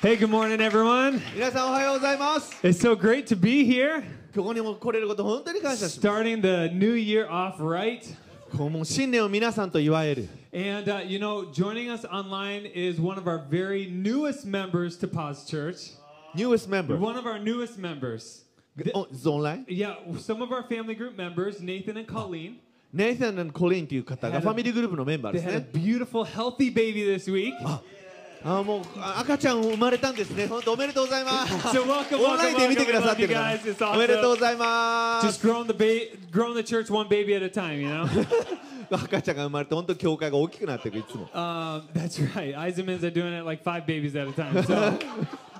Hey, good morning, everyone. 皆さんおはようございます It's so great to be here, ここにも来れること本当に感謝しま starting the new year off right. すこうもう新年を皆さんと祝える And uh, you know, joining us online is one of our very newest members to Pause Church. Newest member One of our newest members. The- お is online yeah, some of our family group members, Nathan and Colleen, ネイサンコリンという方 They had が a- ファミリーグループのメンバー they で had す a ね beautiful, healthy baby this week. あーもうあ赤ちゃん生まれたんですね本当おめでとうございます So welcome, オンラ welcome, インで見 welcome. てく We ださっ love て you るから guys. It's おめでとう awesome. ございます Just growing the ba- growing the church one baby at a time, you know. 赤ちゃんが生まれて本当教会が大きくなっていくいつ も Um, that's right. Eisenman's are doing it like five babies at a time. So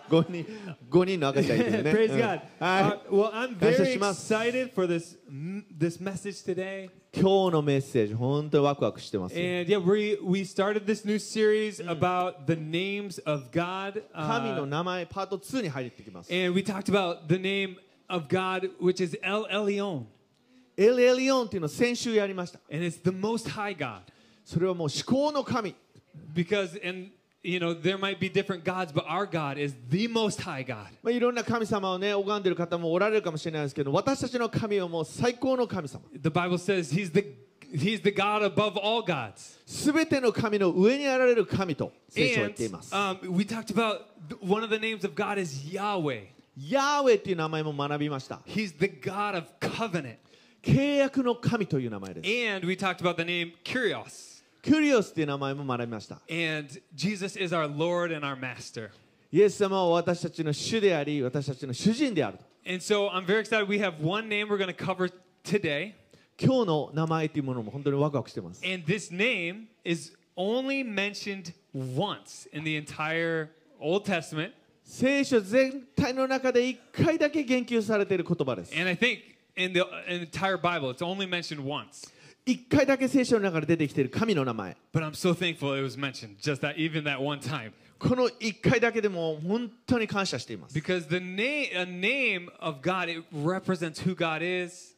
5人5人の赤ちゃんいる ね praise う God. んは Uh, い well, I'm 感謝 very します excited for this m- this message today, 今日のメッセージ本当にワクワクしてます and yeah, we we started this new series about the names of God, 神 uh, の名前パート2に入ってきます and we talked about the name of God, which is El Elyon, エルエリオンっていうのを先週やりました and it's the Most High God, それはもう至高の神 because and you know there might be different gods, but our God is the Most High God. まあ、いろんな神様をね拝んでる方もおられるかもしれないですけど私たちの神はもう最高の神様 The Bible says He's the He's the God above all gods. すべての神の上にあられる神と聖書は言っています um, we talked about th- one of the names of God is Yahweh. ヤーウェっていう名前も学びました He's the God of covenant. 契約の神という名前です And we talked about the name Kyrios. キュリオスっていう名前も学びました And Jesus is our Lord and our Master. イエス様は私たちの主であり私たちの主人であると And so I'm very excited. We have one name we're going to cover today. 今日の名前というものも本当にワクワクしてます And this name is only mentioned once in the entire Old Testament. 聖書全体の中で一回だけ言及されている言葉です And I think in the uh, entire Bible, it's only mentioned once. 一回だけ聖書の中で出てきている神の名前 But I'm so thankful it was mentioned just that, even that one time. この一回だけでも本当に感謝しています Because the name, a name of God, it represents who God is,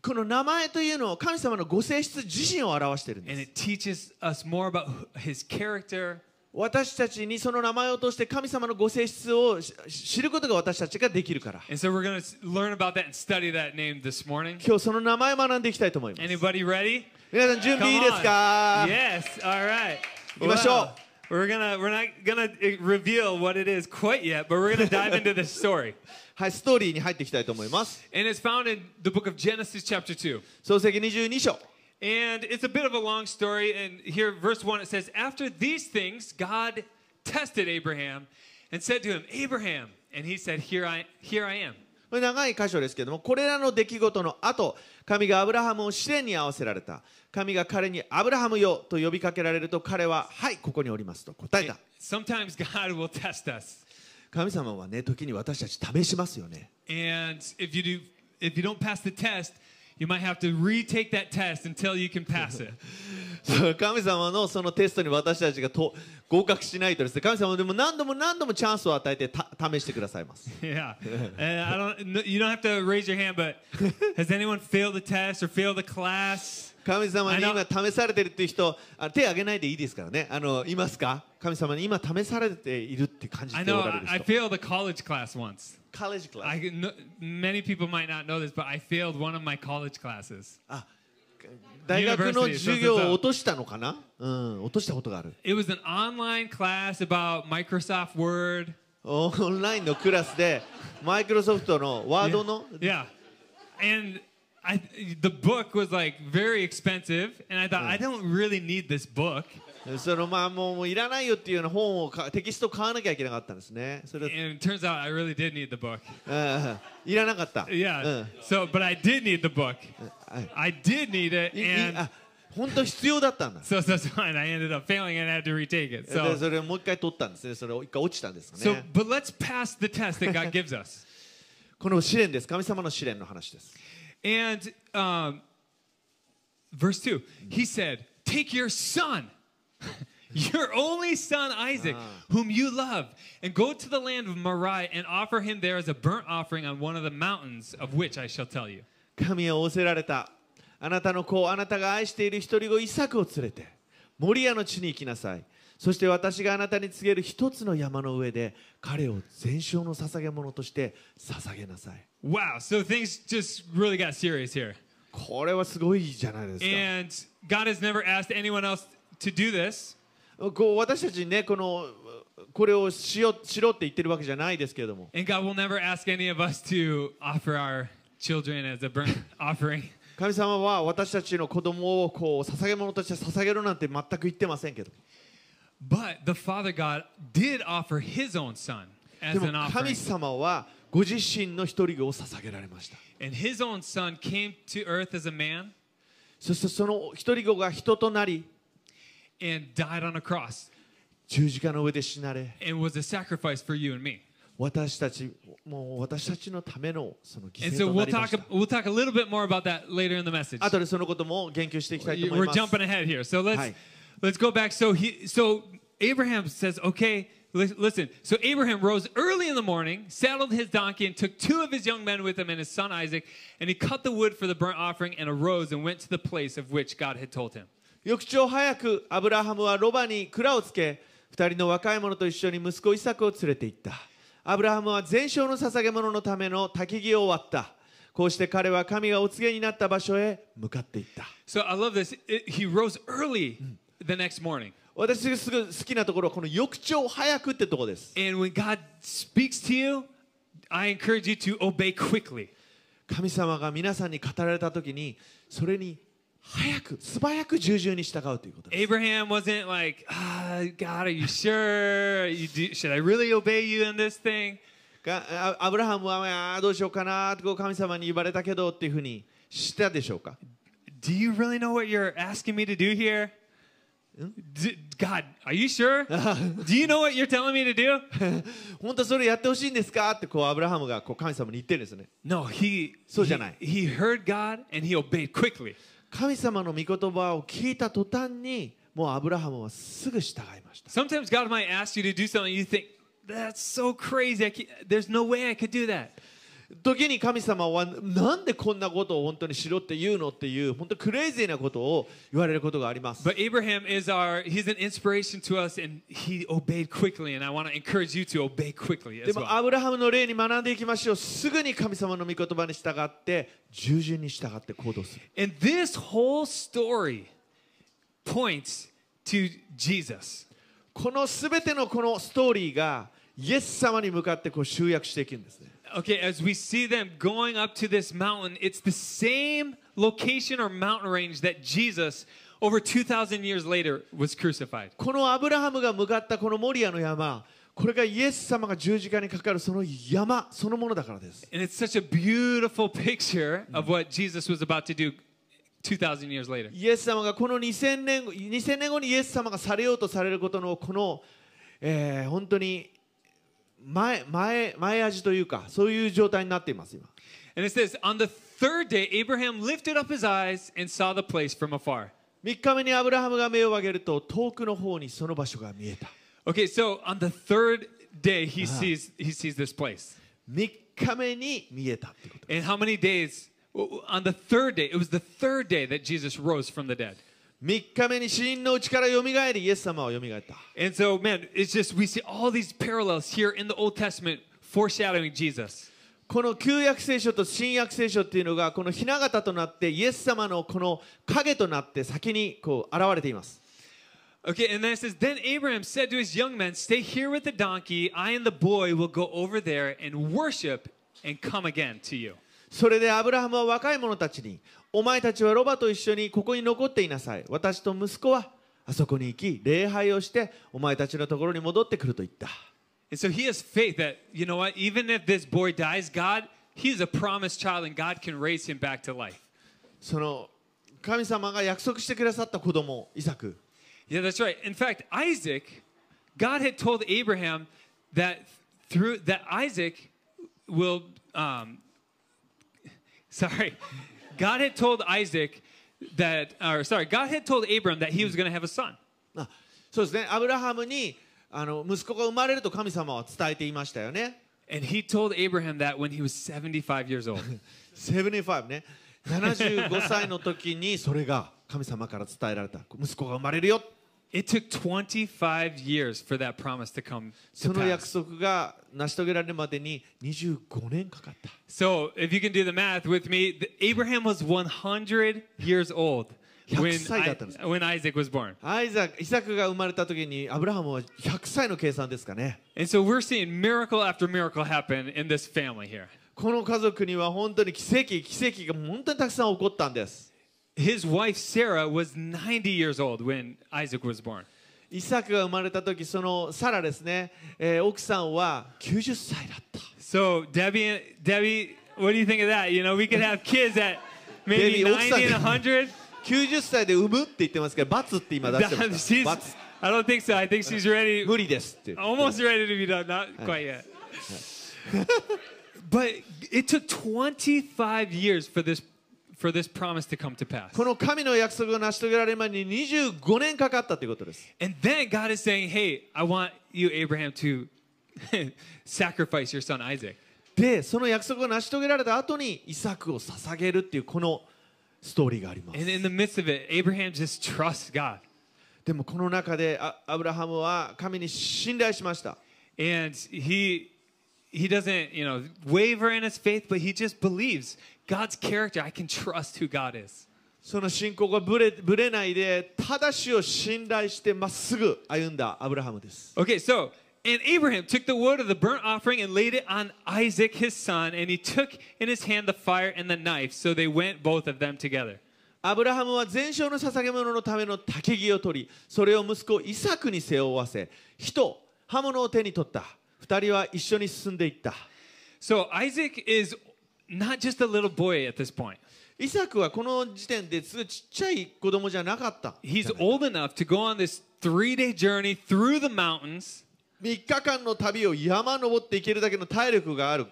この名前というのは神様のご性質自身を表しているん and です it teaches us more about who- His character. 私たちにその名前を通して神様のご性質をし知ることが私たちができるから And so we're going to learn about that and study that name this morning. 今日その名前を学んでいきたいと思います Anybody ready? 皆さん Come 準備いいです on. か Yes. All right. 行きましょう。 we're gonna we're not gonna eh, reveal what it is quite yet, but we're gonna dive into this story. はいストーリーに入っていきたいと思います And it's found in the book of Genesis chapter two. 創世記22章 And it's a bit of a long story. And here, verse 1, it says, After these things, God tested Abraham and said to him, Abraham. And he said, Here I, here I am. これ長い箇所ですけどもこれらの出来事の後神がアブラハムを試練に合わせられた神が彼に「アブラハムよ」と呼びかけられると彼は「はいここにおります」と答えた Sometimes God will test us. 神様はね時に私たち試しますよね And if you do, if you don't pass the test, you might have to retake that test until you can pass it. そう神様のそのテストに私たちがと合格しないとですね神様はでも何度も何度もチャンスを与えてた試してくださいます yeah. And I don't, no, you don't have to raise your hand, but has anyone failed a test or failed a class? 神様にあの今試されてるっていう人あ手挙げないでいいですからねあのいますか神様に今試されているって感じ I て know おら I, れ I る人 failed a college class once. college class I no, many people might not know this, but I failed one of my college classes. あ大学の University 授業そうそうそうを落としたのかなうん落としたことがある It was an online class about Microsoft Word. オンラインのクラスでマイクロソフトのワードの Yeah, and I the book was like very expensive, and I thought I don't really need this book. そのまあもうもういらないよっていうような本をかテキストを買わなきゃいけなかったんですねそれ And it turns out I really did need the book. うんいらなかった。う Yeah. ん So, but I did need the book. はい Uh. I uh. did need it, いい and あ本当必要だったんだ。 so so so, and I ended up failing and I had to retake it. で So それをもう一回取ったんですね。それを一回落ちたんですか so, ね。 but let's pass the test that God gives us. この試練です。神様の試練の話です。 And um, verse 2, he said, Take your son, your only son Isaac, whom you love, and go to the land of Moriah and offer him there as a burnt offering on one of the mountains of which I shall tell you. 神は仰せられた。あなたの子、あなたが愛している一人子イサクを連れて、モリアの地に行きなさい。そして私があなたに告げる一つの山の上で彼を全焼の捧げ物として捧げなさい Wow, so things just really got serious here. これはすごいじゃないですか And God has never asked anyone else to do this. こう私たちにねこのこれをしよしろって言ってるわけじゃないですけれども And God will never ask any of us to offer our children as a burnt offering. 神様は私たちの子供をこう捧げ物として捧げろなんて全く言ってませんけど But the Father God did offer his own son で as も an 神 offering. 様はご自身の一人子を捧げられました And his own son came to earth as a man そしてその一人子が人となり and died on a cross 十字架の上で死なれ and was a sacrifice for you and me. 私たちもう私たちのためのその犠 And so 牲とな we'll りま talk した we'll talk a little bit more about that later in the message. 後でそのことも言及していきたいと思 We're います jumping ahead here. So let's Hi. let's go back. So he so Abraham says, "Okay, li- listen. So Abraham rose early in the morning, saddled his donkey and took two of his young men with him and his son Isaac, and he cut the wood for the burnt offering and arose and went to the place of which God had told him." 翌朝早くアブラハムはロバに蔵をつけ二人の若い者と一緒に息子イサクを連れて行ったアブラハムは全焼の捧げ物のための焚き木を割ったこうして彼は神がお告げになった場所へ向かっていった So I love this. It- he rose early the next morning. 私がすぐ好きなところはこの翌朝早くってとこです And when God speaks to you, I encourage you to obey quickly. 神様が皆さんに語られた時にそれに早く素早く従順に従うということです Abraham wasn't like, ah, God, are you sure? You do, should I really obey you in this thing? があアブラハムはあーどうしようかなと神様に言われたけどっていうふうにしたでしょうか Do you really know what you're asking me to do here? D- God, are you sure? do you know what you're telling me to do? 本当それやってほしいんですかってこうアブラハムがこう神様に言ってるんですね No, he, So he, じゃない。 he heard God and he obeyed quickly. 神様の御言葉を聞いた途端にもうアブラハムはすぐ従いました Sometimes God might ask you to do something you think, that's so crazy. I can't, there's no way I could do that. 時に神様はなんでこんなことを本当にしろって言うのっていう本当クレイジーなことを言われることがあります But Abraham is our, he's an inspiration to us and he obeyed quickly. And I want to encourage you to obey quickly で as も well. アブラハムの例に学んでいきましょうすぐに神様の御言葉に従って従順に従って行動する And this whole story points to Jesus. この全てのこのストーリーがイエス様に向かってこう集約していくんですね Okay, as we see them going up to this mountain, it's the same location or mountain range that Jesus, over 2,000 years later, was crucified. このアブラハムが向かったこのモリアの山これがイエス様が十字架にかかるその山そのものだからです And it's such a beautiful picture of what Jesus was about to do 2,000 years later. イエス様がこの2000年後2000年後にイエス様がされようとされることのこの、えー本当に前前前味というかそういう状態になっています今 And it says, On the third day, Abraham lifted up his eyes and saw the place from afar. 3日目にアブラハムが目を上げると遠くの方にその場所が見えた Okay, so on the third day, he, sees, he sees this place. 3日目に見えたってこと And how many days? On the third day, it was the third day that Jesus rose from the dead. 3日目に死人のうちからよみがえりイエス様はよみがえった And so, man, it's just we see all these parallels here in the Old Testament foreshadowing Jesus. この旧約聖書と新約聖書っていうのがこの雛形となってイエス様のこの影となって先にこう現れています Okay, and then it says, Then Abraham said to his young men, Stay here with the donkey. I and the boy will go over there and worship and come again to you. それでアブラハムは若い者たちにお前たちはロバと一緒にここに残っていなさい私と息子はあそこに行き礼拝をしてお前たちのところに戻ってくると言った And so he has faith that, you know what, even if this boy dies, God, he's a promised child and God can raise him back to life. その神様が約束してくださった子供イサク Yeah, that's right. In fact, Isaac, God had told Abraham that through that Isaac will. Um, sorry, God had told Isaac that, or sorry, God had told Abram that he was going to have a son. あそうですねアブラハムにあの息子が生まれると神様は伝えていましたよね And he told Abraham that when he was 75 years old. 75ね75歳の時にそれが神様から伝えられた息子が生まれるよ It took 25 years for that promise to come そ to の約 pass. 束が成し遂げられるまでに25年かかった So, if you can do the math with me, th- Abraham was 100 years old when, 100歳だったんです I- when Isaac was born. アイザイサクが生まれた時にアブラハムは100歳の計算ですかね And so, we're seeing miracle after miracle happen in this family here. この家族には本当に奇跡奇跡が本当にたくさん起こったんです His wife Sarah was 90 years old when Isaac was born. イサクが生まれた時そのサラですね、えー奥さんは90歳だった So, Debbie, Debbie, what do you think of that? You know, we could have kids at maybe Debbie, 奥さん90 and 100. 90歳で産むって言ってますけど罰って今出してま she's, す罰 I don't think so. I think she's ready. 無理ですって Almost ready to be done. Not quite yet. but it took 25 years for this for this promise to come to pass. この神の約束を成し遂げられるまでに25年かかったということです And then God is saying, "Hey, I want you, Abraham, to sacrifice your son Isaac." でその約束を成し遂げられた後にイサクを捧げるっていうこのストーリーがあります And in the midst of it, Abraham just trusts God. でもこの中であアブラハムは神に信頼しました And he he doesn't, you know, waver in his faith, but he just believes God's character. I can trust who God is. その信仰がぶれぶれないでただしを信頼してまっすぐ歩んだアブラハムです Okay, so and Abraham took the wood of the burnt offering and laid it on Isaac his son, and he took in his hand the fire and the knife. So they went both of them together. アブラハムは全焼の捧げ物のための竹木を取りそれを息子イサクに背負わせ火と刃物を手に取った二人は一緒に進んでいった So Isaac is not just a little boy at this point. イサクはこの時点ですごいちっちゃい子供じゃなかった3 He's old enough to go on this three-day journey through the mountains. 日間の旅を山登っていけるだけの体力がある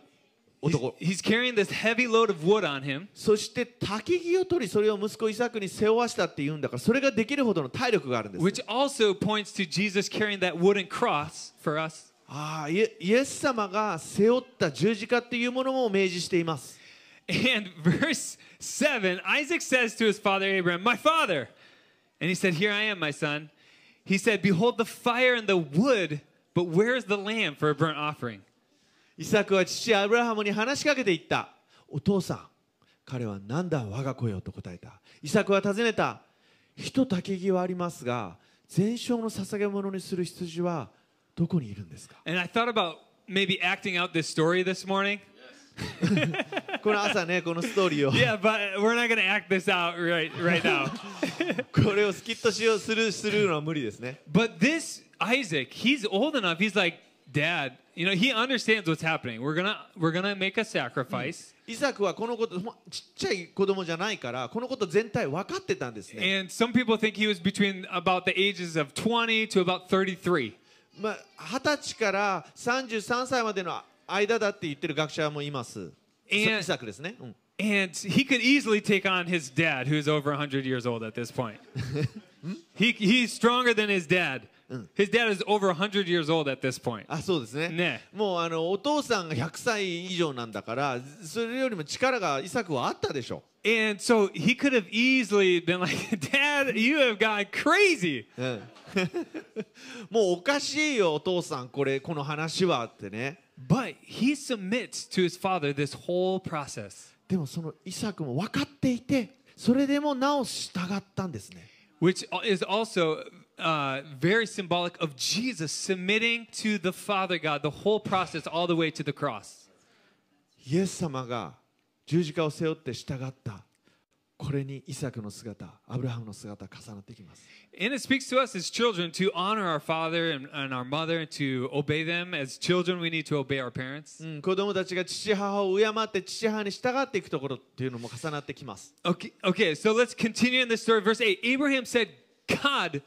He's, 男 he's carrying this heavy load of wood on him. そして竹木を取りそれを息子イサクに背負わしたって言うんだからそれができるほどの体力があるんです Which also points to Jesus carrying that wooden cross for us. ああイエイエス様が背負った十字架っていうものも明示しています And verse 7 Isaac says to his father Abraham, My father! And he said, Here I am, my son. He said, Behold the fire and the wood, but where is the lamb for a burnt offering? イサクは父アブラハムに話しかけていったお父さん彼は何だ我が子よと答えたイサクは尋ねた火と竹木はありますが全焼の捧げ物にする羊はどこにいるんですか And I thought about maybe acting out this story this morning. この朝ねこのストーリーを Yeah, but we're not going to act this out right, right now. これをスキットしようするするのは無理ですね but this Isaac, he's old enough. He's like, Dad, you know, he understands what's happening. We're going to we're going to make a sacrifice. イサクはこのことほんちっちゃい子供じゃないからこのこと全体分かってたんですね And some people think he was between about the ages of 20 to about 33. まあ二十歳から33歳までの間だって言ってる学者もいますイサイサクですね、うん、 And he could easily take on his dad, who's over 100 years old at this point. he, he's stronger than his dad. His dad is over 100 years old at this point. あそうですねねもうあのお父さんが100歳以上なんだからそれよりも力がイサクはあったでしょ And so he could have easily been like, Dad, you have gone crazy. う、ん、 もうおかしいよお父さんこれこの話はってね But he submits to his father this whole process, でもそのイサクも分かっていてそれでもなお従ったんですね which is also uh, very symbolic of Jesus submitting to the Father God, the whole process, all the way to the cross. イエス様が十字架を背負って従ったこれにイサクの姿アブラハムの姿重なってきます And it speaks to us as children to honor our father and, and our mother, to obey them. As children, we need to obey our parents. うん、子供たちが父母を敬って父母に従っていくところっていうのも重なってきます Okay, okay, so let's continue in this story. Verse 8 Abraham said, God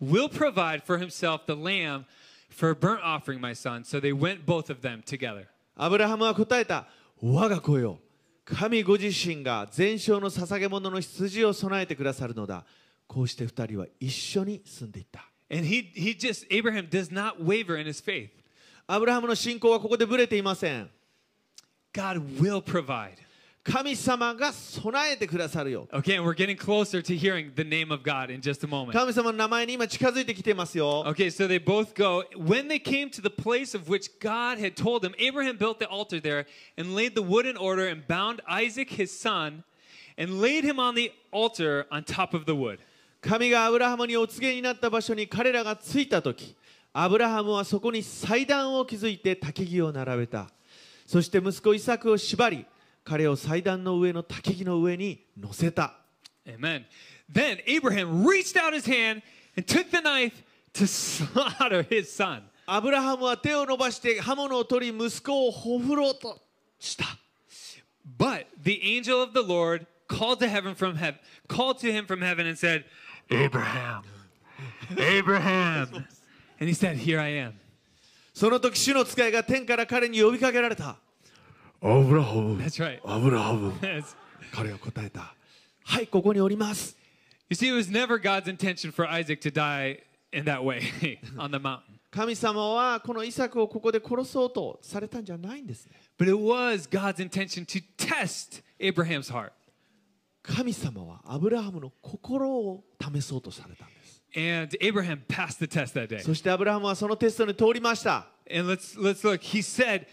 will provide for himself the lamb for a burnt offering, my son. So they went both of them together. アブラハムは答えた我が子よ神ご自身が全焼の捧げ物の羊を備えてくださるのだこうして二人は一緒に住んでいった And he, he just, Abraham does not waver in his faith. アブラハムの信仰はここでぶれていません God will provide. 神様が備えてくださるよ Okay, and we're getting closer to hearing the name of God in just a moment. 神様の名前に今近づいてきてますよ Okay, so they both go. When they came to the place of which God had told them, Abraham built the altar there and laid the wood in order and bound Isaac his son and laid him on the altar on top of the wood. 神がアブラハムにお告げになった場所に彼らが着いた時アブラハムはそこに祭壇を築いて焚き木を並べたそして息子イサクを縛り彼を祭壇の上の焚き木の上に乗せた Amen. Then Abraham reached out his hand and took the knife to slaughter his son. アブラハムは手を伸ばして刃物を取り息子をほふろうとした But the angel of the Lord called to heaven from heaven, called to him from heaven and said, Abraham, Abraham. and he said, Here I am. その時主の使いが天から彼に呼びかけられたアブラハム That's right. アブラハム Yes. 彼は答えたはいここにおります You see, it was never God's intention for Isaac to die in that way on the mountain. 神様はこのイサクをここで殺そうとされたんじゃないんですね But it was God's intention to test Abraham's heart. 神様はアブラハムの心を試そうとされたんです And Abraham passed the test that day. そしてアブラハムはそのテストに通りました And let's let's look. He said,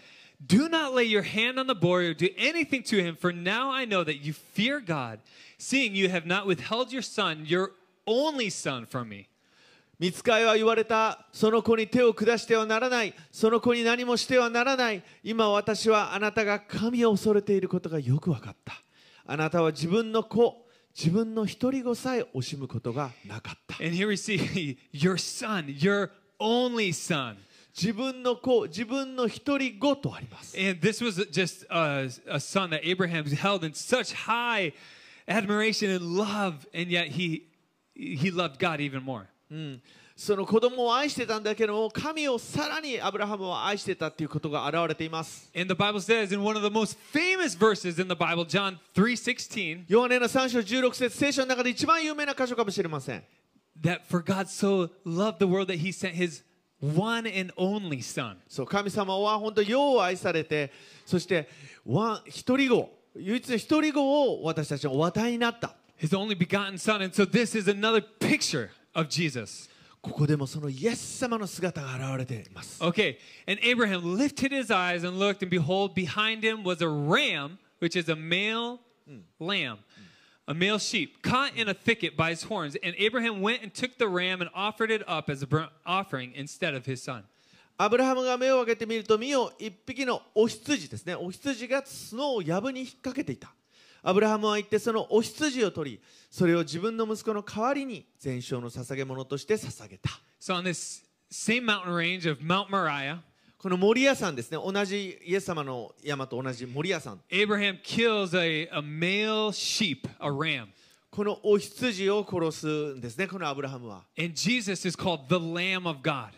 "Do not lay your hand on the boy or do anything to him, for now I know that you fear God, seeing you have not withheld your son, your only son, from me." 見つかいは言われたその子に手を下してはならないその子に何もしてはならない今私はあなたが神を恐れていることがよく分かったあなたは自分の子自分の独り子さえ惜しむことがなかった And here we see your son, your only son. 自分の子自分の独り子とあります And this was just a, a son that Abraham held in such high admiration and love, and yet he he loved God even more. その子供を愛してたんだけども神をさらにアブラハムは愛してたっていうことが現れています And the Bible says in one of the most famous verses in the Bible, John 3:16, ヨハネの3章16節聖書の中で一番有名な箇所かもしれません that for God so loved the world that he sent his one and only son. そう神様は本当よう愛されてそしてわ一人子唯一の一人子を私たちのお与えになった His only begotten son. And so this is another picture of Jesus. ここでもそのイエス様の姿が現れています Okay, and Abraham lifted his eyes and looked, and behold, behind him was a ram, which is a male lamb, a male sheep, caught in a thicket by his horns. And Abraham went and took the ram and offered it up as a burnt offering instead of his son. アブラハムが目を開けてみると見よ一匹のお羊ですねお羊が角を藪に引っ掛けていたアブラハムは行ってそのお羊を取りそれを自分の息子の代わりに全焼の捧げ物として捧げた So on this same mountain range of Mount Moriah, この森屋さんですね同じイエス様の山と同じ森屋さん Abraham kills a, a male sheep, a ram. このお羊を殺すんですねこのアブラハムは And Jesus is called the Lamb of God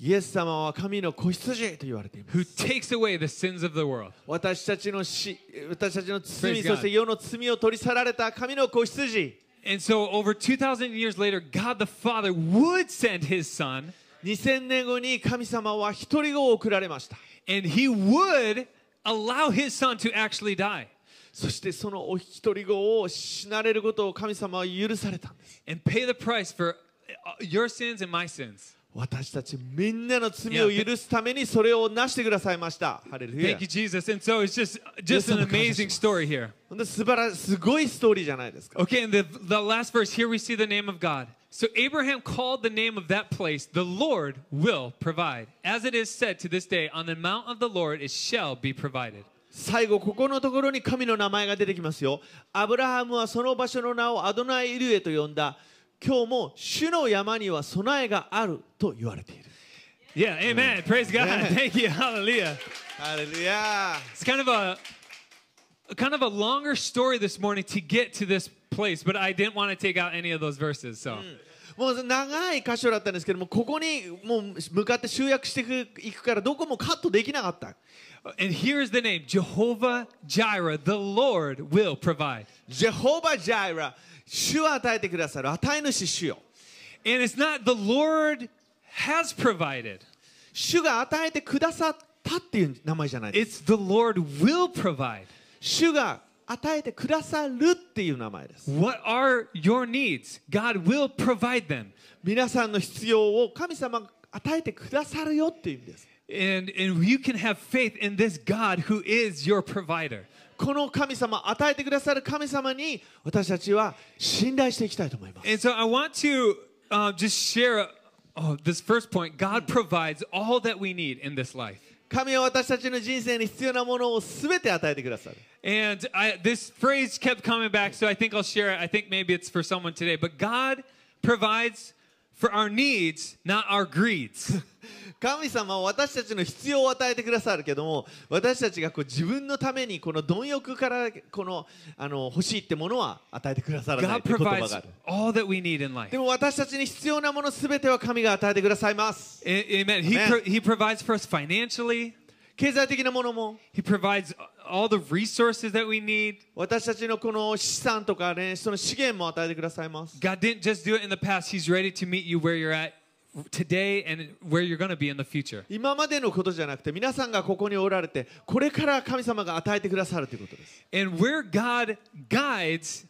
イエス様は神の子羊と言われています who takes away the sins of the world. 私たちの死私たちの Praise 罪 God. そして世の罪を取り去られた神の子羊 And so, over 2,000 years later, God the Father would send his son 2000年後に神様は一人子を送られました and he would allow his son to actually die そしてそのお一人子を死なれることを神様は許されたんです and pay the price for uh, your sins and my sins. 私たちみんなの罪を許すためにそれをなしてくださいましたハレル Thank ヤ you, Jesus. And so, it's just, just an amazing story here. ほんと素晴らすごいストーリーじゃないですか Okay, and the, the last verse here we see the name of God. So Abraham called the name of that place, the Lord will provide. As it is said to this day, on the mount of the Lord it shall be provided. 最後ここのところに神の名前が出てきますよアブラハムはその場所の名をアドナイ・イルエと呼んだ今日も主の山には備えがあると言われている Yeah, amen. Praise God. Yeah. Thank you. Hallelujah. ハレルヤ It's kind of a kind of a longer story this morning to get to this place, but I didn't want to take out any of those verses. So もう長い箇所だったんですけどもここにもう向かって集約していくからどこもカットできなかった and here's the name, Jehovah Jireh, the Lord will provide. ジェホバ・ジャイラ主は与えてくださる与え主主よ And it's not the Lord has provided. 主が与えてくださったっていう名前じゃないです It's the Lord will provide. 主が与えてくださるっていう名前です。 What are your needs? God will provide them. 皆さんの必要を神様が与えてくださるよっていう意味です。 And, and you can have faith in this God who is your provider. この神様、与えてくださる神様に私たちは信頼していきたいと思います。 And so I want to uh, just share uh oh, this first point God provides all that we need in this life. 神は私たちの人生に必要なものを全て与えてくださる。 And I, this phrase kept coming back, so I think I'll share it. I think maybe it's for someone today. But God provides for our needs, not our greeds. 神様は私たちの必要を与えてくださるけども私たちがこう自分のためにこの貪欲からこのあの欲しいってものは与えてくださらない God って言葉 provides がある all that we need in life. でも私たちに必要なもの全ては神が与えてくださいます A- Amen. He, Amen. pro- he provides for us financially. 経済的なものも He provides all the resources that we need. 私たちのこの資産とかねその資源も与えてくださいます God didn't just do it in the past. He's ready to meet you where you're at today and where you're going to be in the future. 今までのことじゃなくて皆さんがここにおられてこれから神様が与えてくださるということです And where God guides,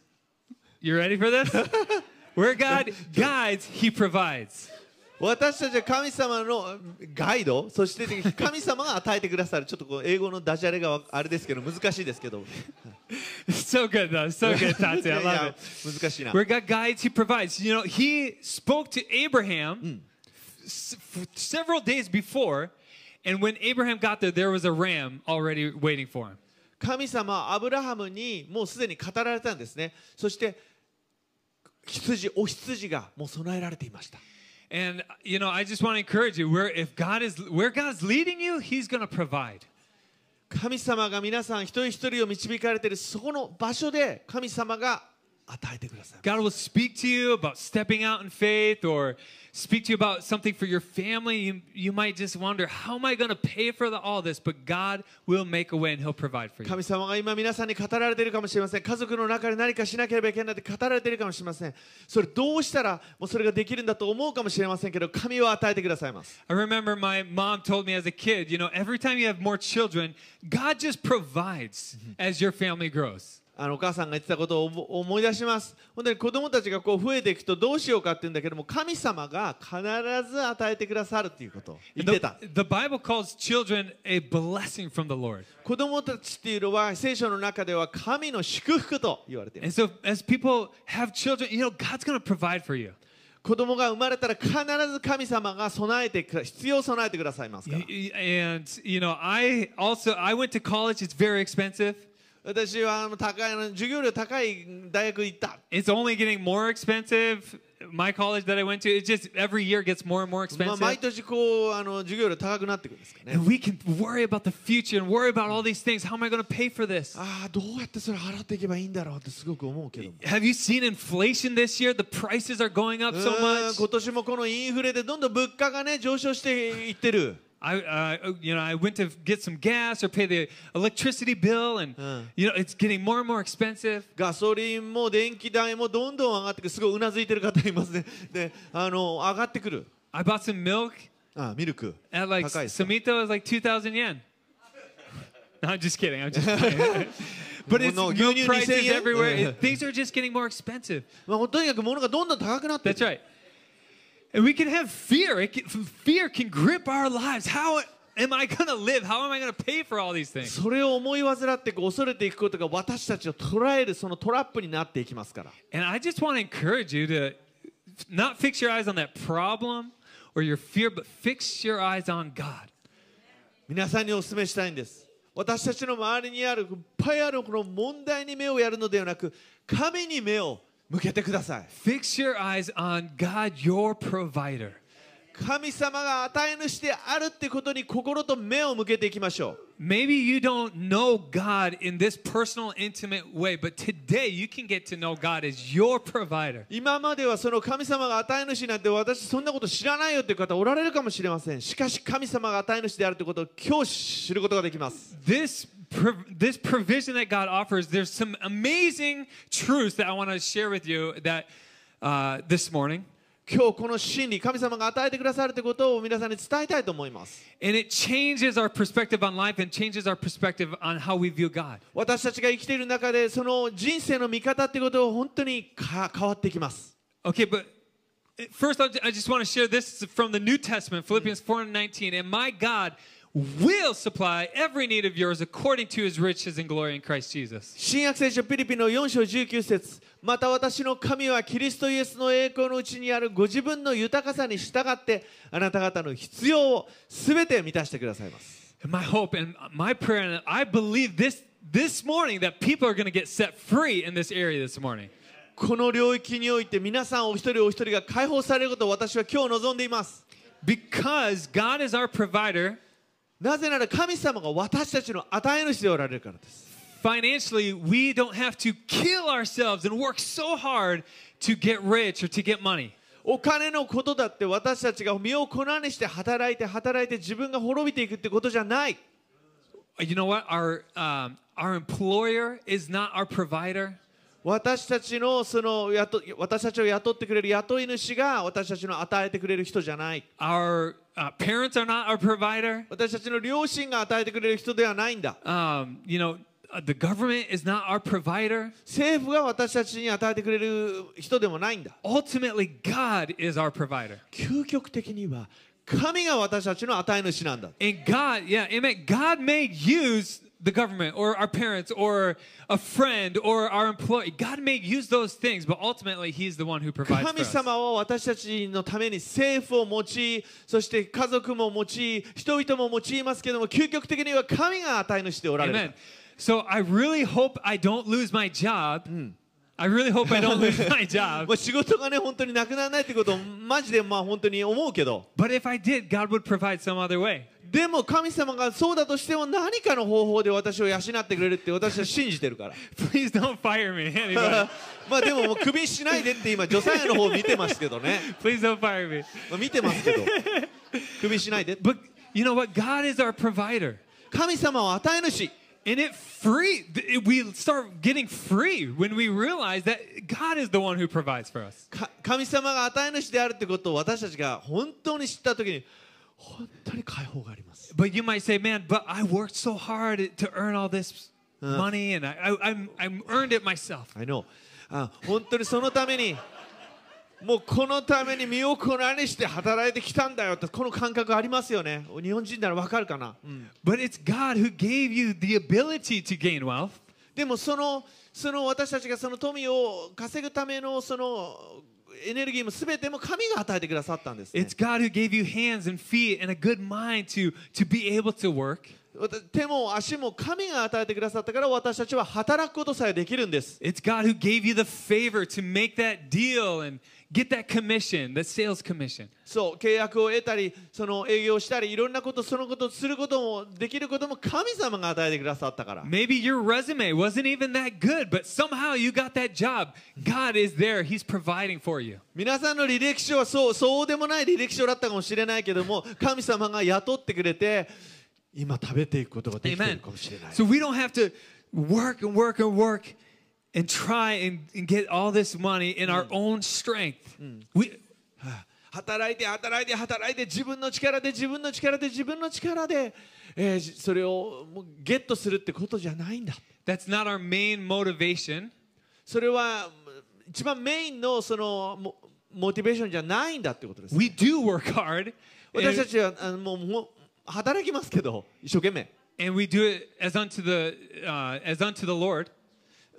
you ready for this? where God guides, He provides. 私たちは神様のガイドそして神様が与えてくださるちょっとこう英語のダジャレがわあれですけど難しいですけど so good, though. So good, Tati. I い やい love や it. 難しいな Where God guides, He provides. You know, He spoke to Abraham s- f- several days before, and when Abraham got there, there was a ram already waiting for him. 神様はアブラハムにもうすでに語られたんですねそして羊お羊がもう備えられていました And you know, I just want to encourage you. Where if God is where God's leading you, He's going to provide. 神様が皆さん一人一人を導かれているそこの場所で神様が与えてください God will speak to you about stepping out in faith, or speak to you about something for your family. You you might just wonder, how am I going to pay for the, all this? But God will make a way, and He'll provide for you. 神様が今皆さんに語られているかもしれません家族の中で何かしなければいけないって語られているかもしれませんそれどうしたらもうそれができるんだと思うかもしれませんけど神は与えてくださいます I remember my mom told me as a kid, you know, every time you have more children, God just provides as your family grows. あのお母さんが言ってたことを思思い出します本当に子供たちがこう増えていくとどうしようかって言うんだけども神様が必ず与えてくださるっていうことを言 And ってた The, the Bible calls children a blessing from the Lord. 子供たちっていうのは聖書の中では神の祝福と言われています And so as people have children, you know, God's going to provide for you. 子供が生まれたら必ず神様が備えてくだ必要を備えてくださいますから Y- y- And you know, I also I went to college, it's very expensive. 私はあの高いあの授業料高い大学行った It's only getting more expensive. My college that I went to, it just every year gets more and more まあ、 expensive. 毎年こうあの授業料高くなってくるんですかね and we can worry about the future and worry about all these things. How am I going to pay for this? ああどうやってそれ払っていけばいいんだろうってすごく思うけども Have you seen inflation this year? The prices are going up う so ーん much. 今年もこのインフレでどんどん物価がね上昇していってる I, uh, you know, I went to get some gas or pay the electricity bill, and Uh. you know, it's getting more and more expensive. ガソリンも電気代もどんどん上がってくるすごいうなずいてる方いますねであの上がってくる I bought some milk あミルク at like 高いですか Samito it was like two thousand yen. No, I'm just kidding. I'm just kidding. but it's No, no, milk you- you- you say prices yen? everywhere. It- things are just getting more expensive. まあ、とにかく物がどんどん高くなってる That's right. And we can have fear. It can, fear can grip our lives. How am I going to live? How am I going to pay for all these things? それを思い患ってこう恐れていくことが私たちを捉えるそのトラップになっていきますから And I just want to encourage you to not fix your eyes on that problem or your fear, but fix your eyes on God. 皆さんにお勧めしたいんです私たちの周りにあるいっぱいあるこの問題に目をやるのではなく神に目を向けてください Fix your eyes on God, your provider. 神様が与え主であるってことに心と目を向けていきましょう Maybe you don't know God in this personal, intimate way, but today you can get to know God as your provider. 今まではその神様が与え主なんて私そんなこと知らないよっていう方おられるかもしれませんしかし神様が与え主であるってことを今日知ることができます This prov- this provision that God offers, there's some amazing truths that I want to share with you that uh, this morning. 今日この真理神様が与えてくださるということを皆さんに伝えたいと思います And it changes our perspective on life and changes our perspective on how we view God. 私たちが生きている中でその人生の見方ってことを本当にか変わってきます Okay, but eh, first I'll- I just want to share this from the New Testament, Philippians 4 and 19. And my God will supply every need of yours according to his riches and glory in Christ Jesus. 新約聖書ピリピの4章19節また私の神はキリストイエスの栄光のうちにあるご自分の豊かさに従ってあなた方の必要を全て満たしてくださいます And my hope and my prayer, and I believe this this morning that people are going to get set free in this area this morning. この領域において皆さんお一人お一人が解放されることを私は今日望んでいます Because God is our provider, なぜなら神様が私たちの与え主でおられるからです financially, we don't have to kill ourselves and work so hard to get rich or to get money. お金のことだって私たちが身を粉にして働いて働いて自分が滅びていくってことじゃない You know what? Our um, our employer is not our provider. 私たちのその雇私たちを雇ってくれる雇い主が私たちの与えてくれる人じゃない Our uh, parents are not our provider. 私たちの両親が与えてくれる人ではないんだ Um, you know, uh, the government is not our provider. 政府が私たちに与えてくれる人でもないんだ Ultimately, God is our provider. 究極的には神が私たちの与え主なんだ And God, yeah, amen. God may use the government or our parents or a friend or our employee. God may use those things, but ultimately, He's the one who provides. 神 For us. 様は私たちのために政府を用いそして家族も用い人々も用いますけども究極的には神が与え主でおられるんだ Amen. So I really hope I don't lose my job. I really hope I don't lose my job. まあ、仕事がね本当になくならないってことをマジでまあ本当に思うけど But if I did, God would provide some other way. でも神様がそうだとしても何かの方法で私を養ってくれるって私は信じてるから Please don't fire me, anybody. まあでももうクビにしないでって今助産屋の方見てますけどね、 Please don't fire me. まあ見てますけどクビしないで But you know what? God is our provider. 神様を与え主 And it free th- it- we start getting free when we realize that God is the one who provides for us. か神様が与え主であるってことを私たちが本当に知った時に本当に解放があります But you might say, "Man, but I worked so hard to earn all this money, and I, I, I'm, I'm earned it myself." I know あ本当にそのためにもうこのために身を粉にして働いてきたんだよってこの感覚ありますよね日本人ならわかるかな、うん、 But it's God who gave you the ability to gain wealth. でもそのその私たちがその富を稼ぐためのそのエネルギーも全ても神が与えてくださったんです、ね It's、God who gave you hands and feet and a good mind to, to be able to work. 私手も足も神が与えてくださったから私たちは働くことさえできるんです It's God who gave you the favor to make that deal and get that commission, that sales commission. そう契約を得たりその営業したりいろんなことそのことすることもできることも神様が与えてくださったから Maybe your resume wasn't even that good, but somehow you got that job. God is there, He's providing for you. 皆さんの履歴書はそうそうでもない履歴書だったかもしれないけども神様が雇ってくれて今食べていくことができている Amen. かもしれない So we don't have to work and work and work and try and, and get all this money in our own strength. We, 働いて働いて働いて自分の力で自分の力で自分の力で、えーじそれをもうゲットするってことじゃないんだ that's not our main motivation. それは一番メインのそのモモチベーションじゃないんだってことです We do work hard. 私た And, ちはあのもうもう働きますけど一生懸命 and we do it as unto the uh, as unto the Lord.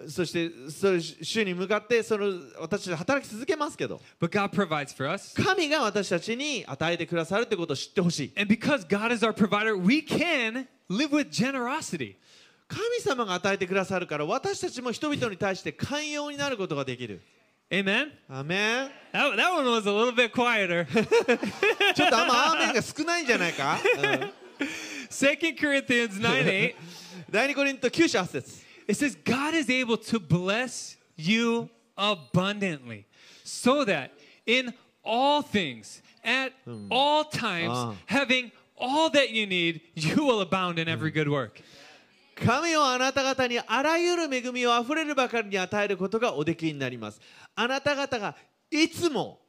そしてそれ主に向かってその私たちは働き続けますけど But God provides for us. 神が私たちに与えてくださるってことを知ってほしい And because God is our provider, we can live with generosity. 神様が与えてくださるから私たちも人々に対して寛容になることができる Amen. アーメン That, that one was a little bit quieter. ちょっとあんまアーメンが少ないんじゃないか、うん2 Corinthians 9 8, 第2コリント9章8節 it says, God is able to bless you abundantly so that in all things, at all times, Ah. having all that you need, you will abound in every good work. 神をあなた方にあらゆる恵みをあふれるばかりに与えることがおできになりますあなた方がいつも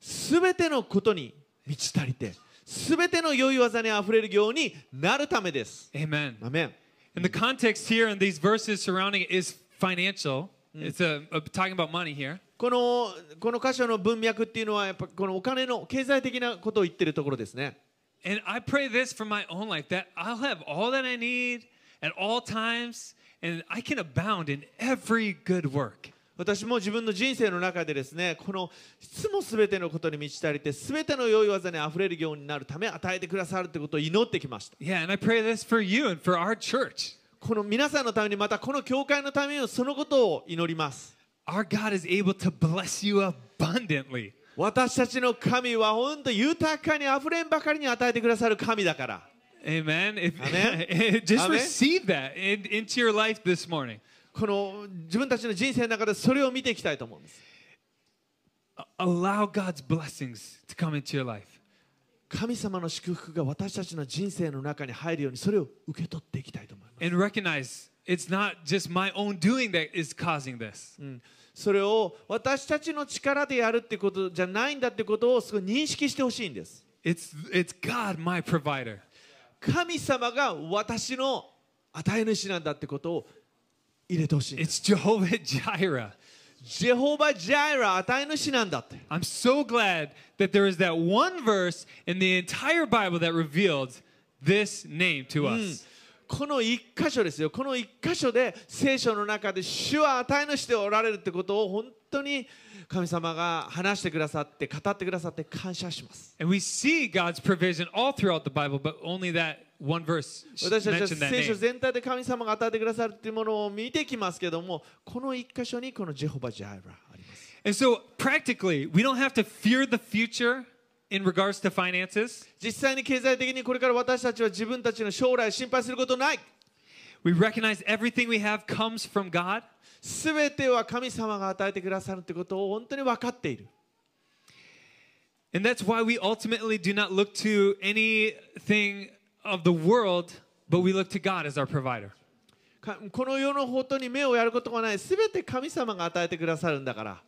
すべてのことに満ち足りてすべての良い技にあふれるようになるためです Amen. アメン And the context here in these verses surrounding it is financial. It's uh uh talking about money here. このこの箇所の文脈っていうのはやっぱこのお金の経済的なことを言ってるところですね And I pray this for my own life that I'll have all that I need at all times and I can abound in every good work. 私も自分の人生の中でですねこのいつも全てのことに満ち足りて全ての良い技にあふれるようになるため与えてくださるということを祈ってきました Yeah, and I pray this for you and for our church. この皆さんのためにまたこの教会のためにもそのことを祈ります Our God is able to bless you abundantly. 私たちの神は本当豊かにあふれんばかりに与えてくださる神だから Amen. If, Amen. just Amen. receive that in, into your life this morning. この自分たちの人生の中でそれを見ていきたいと思うんです Allow God's blessings to come into your life. 神様の祝福が私たちの人生の中に入るようにそれを受け取っていきたいと思います and recognize it's not just my own doing that is causing this. Mm. それを私たちの力でやるってことじゃないんだってことをすごい認識してほしいんです It's it's God, my provider. 神様が私の与え主なんだってことを入れてほしいんです It's Jehovah Jireh. ジェホバ・ジャイラ与え主なんだって I'm so glad that there is that one verse in the entire Bible that revealed this name to us. この一箇所ですよこの一箇所で聖書の中で主は与え主でおられるってことを本当に神様が話してくださって語ってくださって感謝します And we see God's provision all throughout the Bible, but only that one verse sh- 私たちは mentioned that 聖書 name. 全体で神様が与えてくださるっていうものを見てきますけどもこの一箇所にこのジェホバ・ジャイラあります And so practically, we don't have to fear the future in regards to finances. 実際に経済的にこれから私たちは自分たちの将来を心配することない We recognize everything we have comes from God. 全ては神様が与えてくださるってことを本当に分かっている And that's why we ultimately do not look to anything of the world, but we look to God as our provider. かこの世のことに目をやることがない全て神様が与えてくださるんだから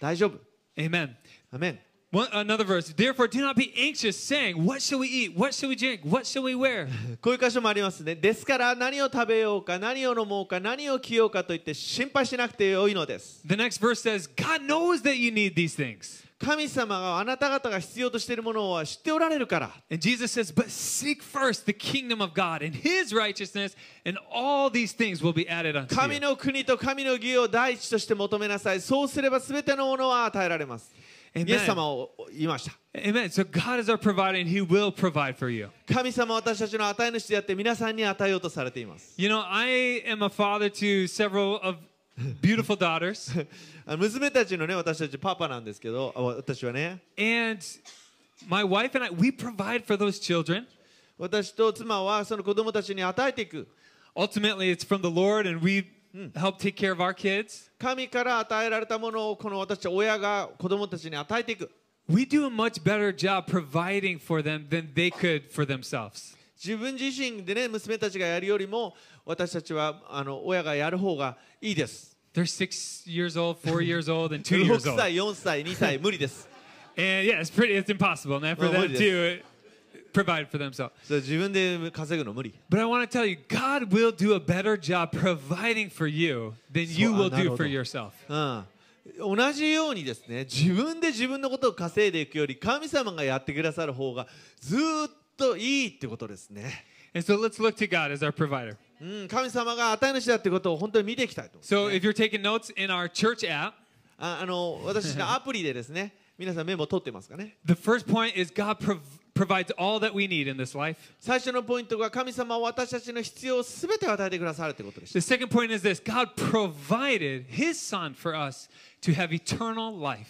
大丈夫 Amen. アメン One, another verse. Therefore, do not be anxious, saying, What shall we eat? What shall we drink? What shall we wear? こういう箇所もありますねですから何を食べようか何を飲もうか何を着ようかといって心配しなくてよいのです The next verse says, God knows that you need these things. 神様があなた方が必要としているものは知っておられるから And Jesus says, But seek first the kingdom of God and his righteousness, and all these things will be added unto 神 you. の国と神の義を第一として求めなさいそうすれば全てのものは与えられますイエス Amen. 様を言いました Amen. So God is our provider, and he will provide for you. 神様は私たちの与え主であって皆さんに与えようとされています You know, I am a father to several of beautiful daughters, あの娘たちのね私たちパパなんですけどあ私はね and my wife and I we provide for those children. 私と妻はその子供たちに与えていく Ultimately, it's from the Lord, and we help take care of our kids. 神から与えられたものをこの私たち親が子供たちに与えていく We do a much better job providing for them than they could for themselves. 自分自身でね娘たちがやるよりも私たちはあの親がやる方がいいです They're six years old, four years old, and two 6 years old. 歳4歳2歳無理です And yeah, it's pretty. It's impossible now for Well, them what to provide for themselves. それ自分で稼ぐの無理 But I want to tell you, God will do a better job providing for you than you will do for あ、なるほど。 yourself. うん同じようにですね自分で自分のことを稼いでいくより神様がやってくださる方がずーっといいってことですね And so let's look to God as our provider. うん、神様が与え主だってことを本当に見ていきたいと思う So if you're taking notes in our church app, ああの私たちのアプリでですね 皆さんメモ取ってますかね the first point is God prov- provides all that we need in this life. 最初のポイントが神様は私たちの必要を全て与えてくださるってことでした The second point is this God provided his son for us to have eternal life.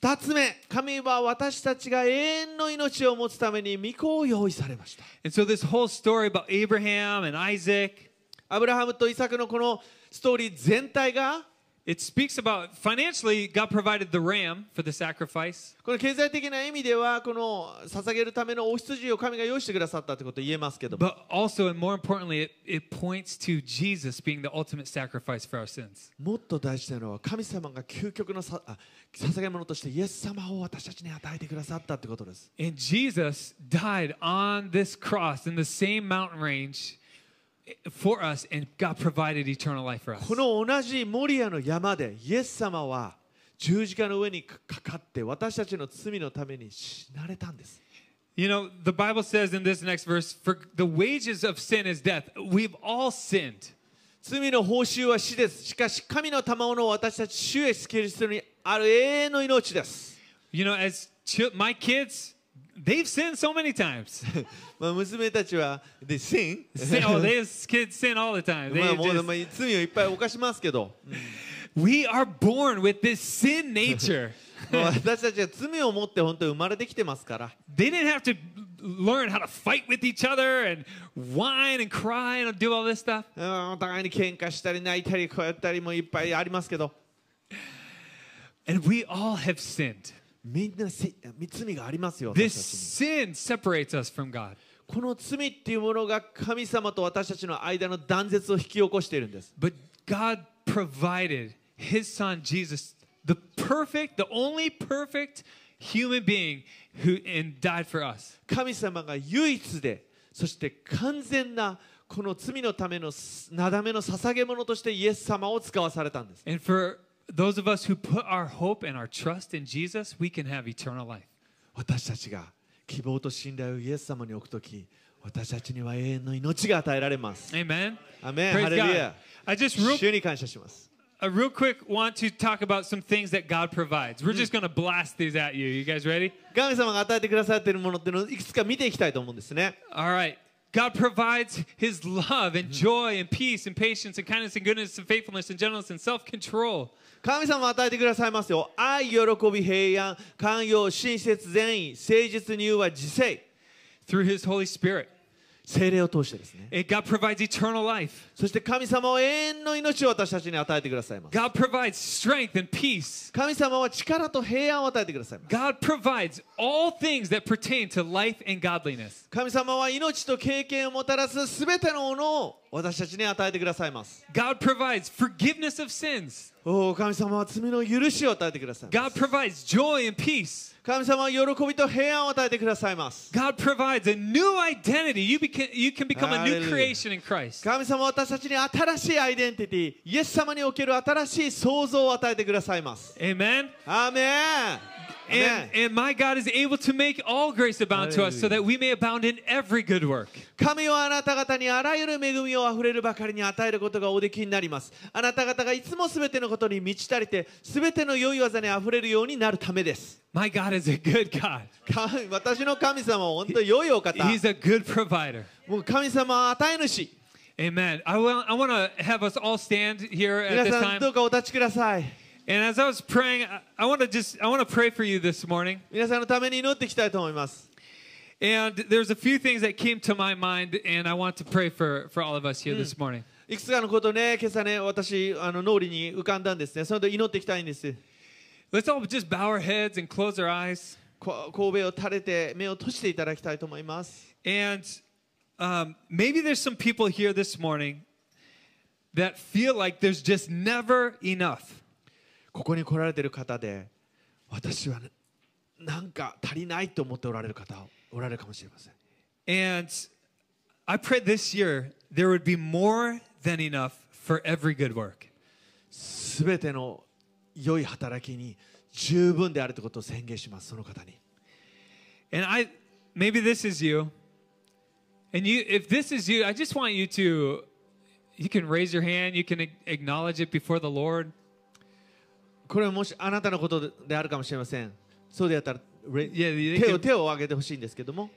2つ目神は私たちが永遠の命を持つために御子を用意されました And so this whole story about Abraham and Isaac アブラハムとイサクのこのストーリー全体が is It speaks about financially, God provided the ram for the sacrifice. この経済的な意味ではこの捧げるためのお羊を神が用意してくださったってことを言えますけども But also, and more importantly, it, it points to Jesus being the ultimate sacrifice for our sins. もっと大事なのは神様が究極のさあ捧げ物としてイエス様を私たちに与えてくださったってことです And Jesus died on this cross in the same mountain range for us, and God provided eternal life for us. この同じモリアの山でイエス様は十字架の上にかかかって私たちの罪のために死なれたんです You know, the Bible says in this next verse, for the wages of sin is death. We've all sinned. 罪の報酬は死ですしかし神の賜物を私たち主へキリストにある永遠の命です You know, as chi- my kids, they've sinned so many times. まあ娘たちは「で sin? Sin- oh, these kids sin all the time. ま They あもう just- まあ罪をいっぱい犯しますけど we are born with this sin nature. まあ私たちは罪を持って本当に生まれてきてますから they didn't have to learn how to fight with each other and whine and cry and do all this stuff. うんお互いに喧嘩したり泣いたりこうやったりもいっぱいありますけど And we all have sinned. みんなせ罪がありますよ This 私たちに sin separates us from God. この罪っていうものが神様と私たちの間の断絶を引き起こしているんです But God provided his son Jesus, the perfect, the only perfect human being who and died for us. 神様が唯一でそして完全なこの罪のためのすなだめの捧げ物としてイエス様を使わされたんです And for those of us who put our hope and our trust in Jesus, we can have eternal life. 私たちが希望と信頼をイエス様に置くとき私たちには永遠の命が与えられます Amen. アメン Praise ハレル God. ヤ I just real, 主に感謝します uh, real quick want to talk about some things that God provides. We're just going to blast these at you. You guys ready? 神様が与えてくださっているものっていうのをいくつか見ていきたいと思うんですね All right. God provides his love and joy and peace and patience and kindness and goodness and faithfulness and gentleness and self control. 神様は与えてくださいますよ愛喜び平安寛容親切善意誠実に言うは自制 through his Holy Spirit. 精霊を通してですね And God provides eternal life. そして神様は永遠の命を私たちに与えてくださいます God provides strength and peace. 神様は力と平安を与えてくださいます God provides all things that pertain to life and godliness. 神様は命と経験をもたらすすべてのものを私たちに与えてくださいます God provides forgiveness of sins. おお神様は罪の許しを与えてくださいます God provides joy and peace. 神様は喜びと平安を与えてくださいます God provides a new identity. You, beca- you can become a new Hallelujah. creation in Christ. 神様は私たちに新しいアイデンティティイエス様における新しい創造を与えてくださいます Amen. アーメンアー And, メン and my God is able to make all grace abound to us so Hallelujah. that we may abound in every good work. 神はあなた方にあらゆる恵みをあふれるばかりに与えることがおできになりますあなた方がいつもすべてのことに満ち足りてすべての良い技にあふれるようになるためです My God is a good God, 神私の神様は本当に良いお方 He's a good provider. もう神様は与え主 Amen. I, will, I want to have us all stand here at 皆 this さん time. どうかお立ちください And as I was praying, I, I want to just I want to pray for you this morning. 皆さんのために祈っていきたいと思います And there's a few things that came to my mind, and I want to pray for for all of us here this morning. いくつかのことね今朝ね私あの脳裏に浮かんだんですねそれで祈っていきたいんです Let's all just bow our heads and close our eyes. こ神戸を垂れて目を閉じていただきたいと思います And um, maybe there's some people here this morning that feel like there's just never enough. ここに来られてる方で私はね、なんか足りないと思っておられる方おられるかもしれません And I pray this year there would be more than enough for every good work. すべての良い働きに十分であるということを宣言しますその方に And I maybe this is you. And you if this is you, I just want you to you can raise your hand, you can ac- acknowledge it before the Lord. これはもしあなたのことであるかもしれませんそうであったられ Yeah, they 手を can- 手を挙げてほしいんですけども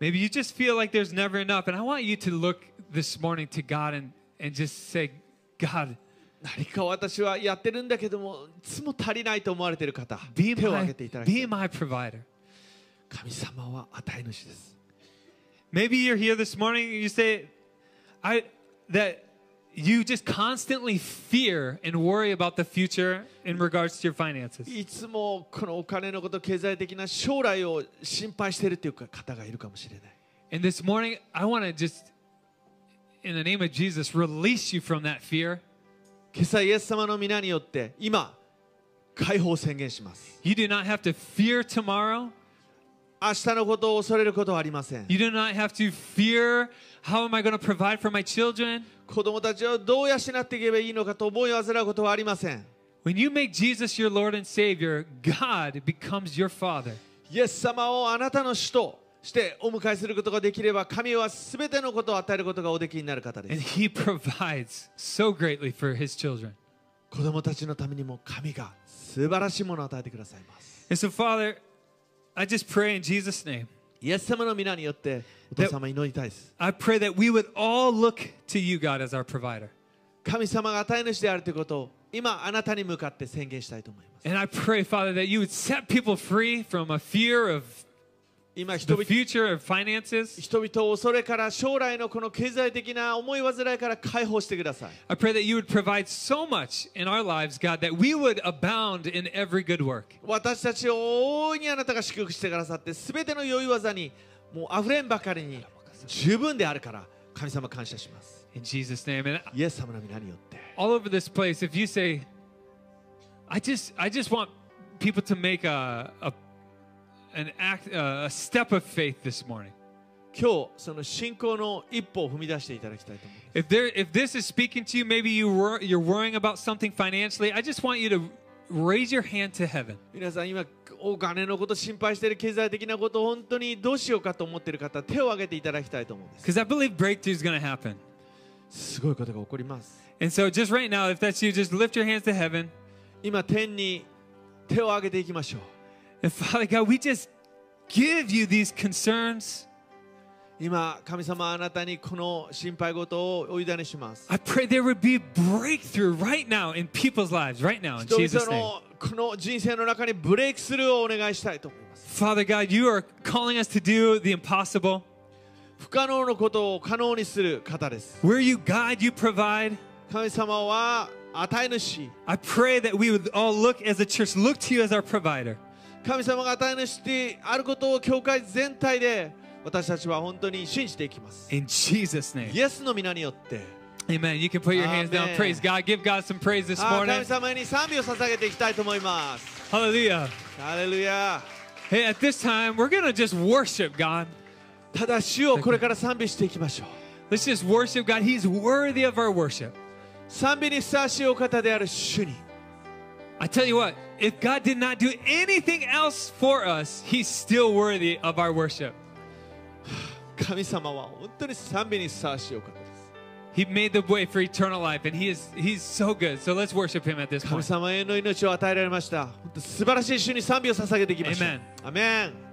Maybe you just feel like there's never enough and I want you to look this morning to God and and just say, God, 何か私はやってるんだけどもいつも足りないと思われてる方 be 手を挙げ my ていただきたい be my provider. 神様は与え主です Maybe you're here this morning and you say, I that you just constantly fear and worry about the future in regards to your finances. いつもこのお金のこと経済的な将来を心配しているという方がいるかもしれない And this morning, I want to just, in the name of Jesus, release you from that fear. 今朝イエス様の皆によって今解放を宣言します You do not have to fear tomorrow. 明日のことを恐れることはありません You do not have to fear how am I going to provide for my children. 子供たちをどう養っていけばいいのかと思いを患うことはありません When you make Jesus your Lord and Savior, God becomes your Father. イエス様をあなたの主としてお迎えすることができれば神は全てのことを与えることがおできになる方で And す He provides so greatly for His children. 子供たちのためにも神が素晴らしいものを与えてくださいます And so, Father, I just pray in Jesus' name. イエス様の皆によってお父様祈りたいです I pray that we would all look to you, God, as our provider. 神様が与え主であるということを今あなたに向かって宣言したいと思います And I pray, Father, that you would set people free from a fear of 今人 the 々 future of finances. 人々をそれから将来のこの経済的な思い煩いから解放してください I pray that you would provide so much in our lives, God, that we would abound in every good work. 私たちを大いにあなたが祝福してくださって全ての良い技にもう溢れんばかりに十分であるから神様感謝します In Jesus' name. And イエス様の皆によって all over this place, if you say, I just, I just want people to make a, a an act, a step of faith this morning. 今日その信仰の一歩を踏み出していただきたいと思います If there, if this is speaking to you, maybe you wor- you're worrying about something financially. I just want you to raise your hand to heaven. 皆さん今お金のこと心配している経済的なこと本当にどうしようかと思っている方手を挙げていただきたいと思うんです Because I believe breakthrough is going to happen. すごいことが起こります And so, just right now, if that's you, just lift your hands to heaven. 今天に手を挙げていきましょう And Father God, we just give you these concerns. 今神様あなたにこの心配事をお委ねします I pray there would be breakthrough right now in people's lives, right now, in 人 Jesus' 々 name. のこの人生の中にブレイクスルーをお願いしたいと思います Father God, you are calling us to do the impossible. 不可能のことを可能にする方です。 Where you guide, you provide. 神様は与え主。 I pray that we would all look as a church, look to you as our provider. 神様が与え主であることを教会全体で私たちは本当に信じていきます。 In Jesus' name. イエスの皆によって。 Amen. You can put your hands down. Amen. Ah, Praise God. Give God some praise this あ morning. 神様に賛美を捧げていきたいと思います。 Hallelujah. ハレルヤ。 Hey, at this time, we're going to just worship God. ただ主をこれから賛美していきましょう。 Let's just worship God. He's worthy of our worship. 賛美にふさわしいお方である主に。 I tell you what, if God did not do anything else for us, He's still worthy of our worship. 神様は本当に賛美にふさわしいお方です。 He made the way for eternal life, and He is He's so good. So let's worship Him at this point. 神様への命を与えられました。本当素晴らしい主に賛美を捧げていきましょう。 Amen. アメン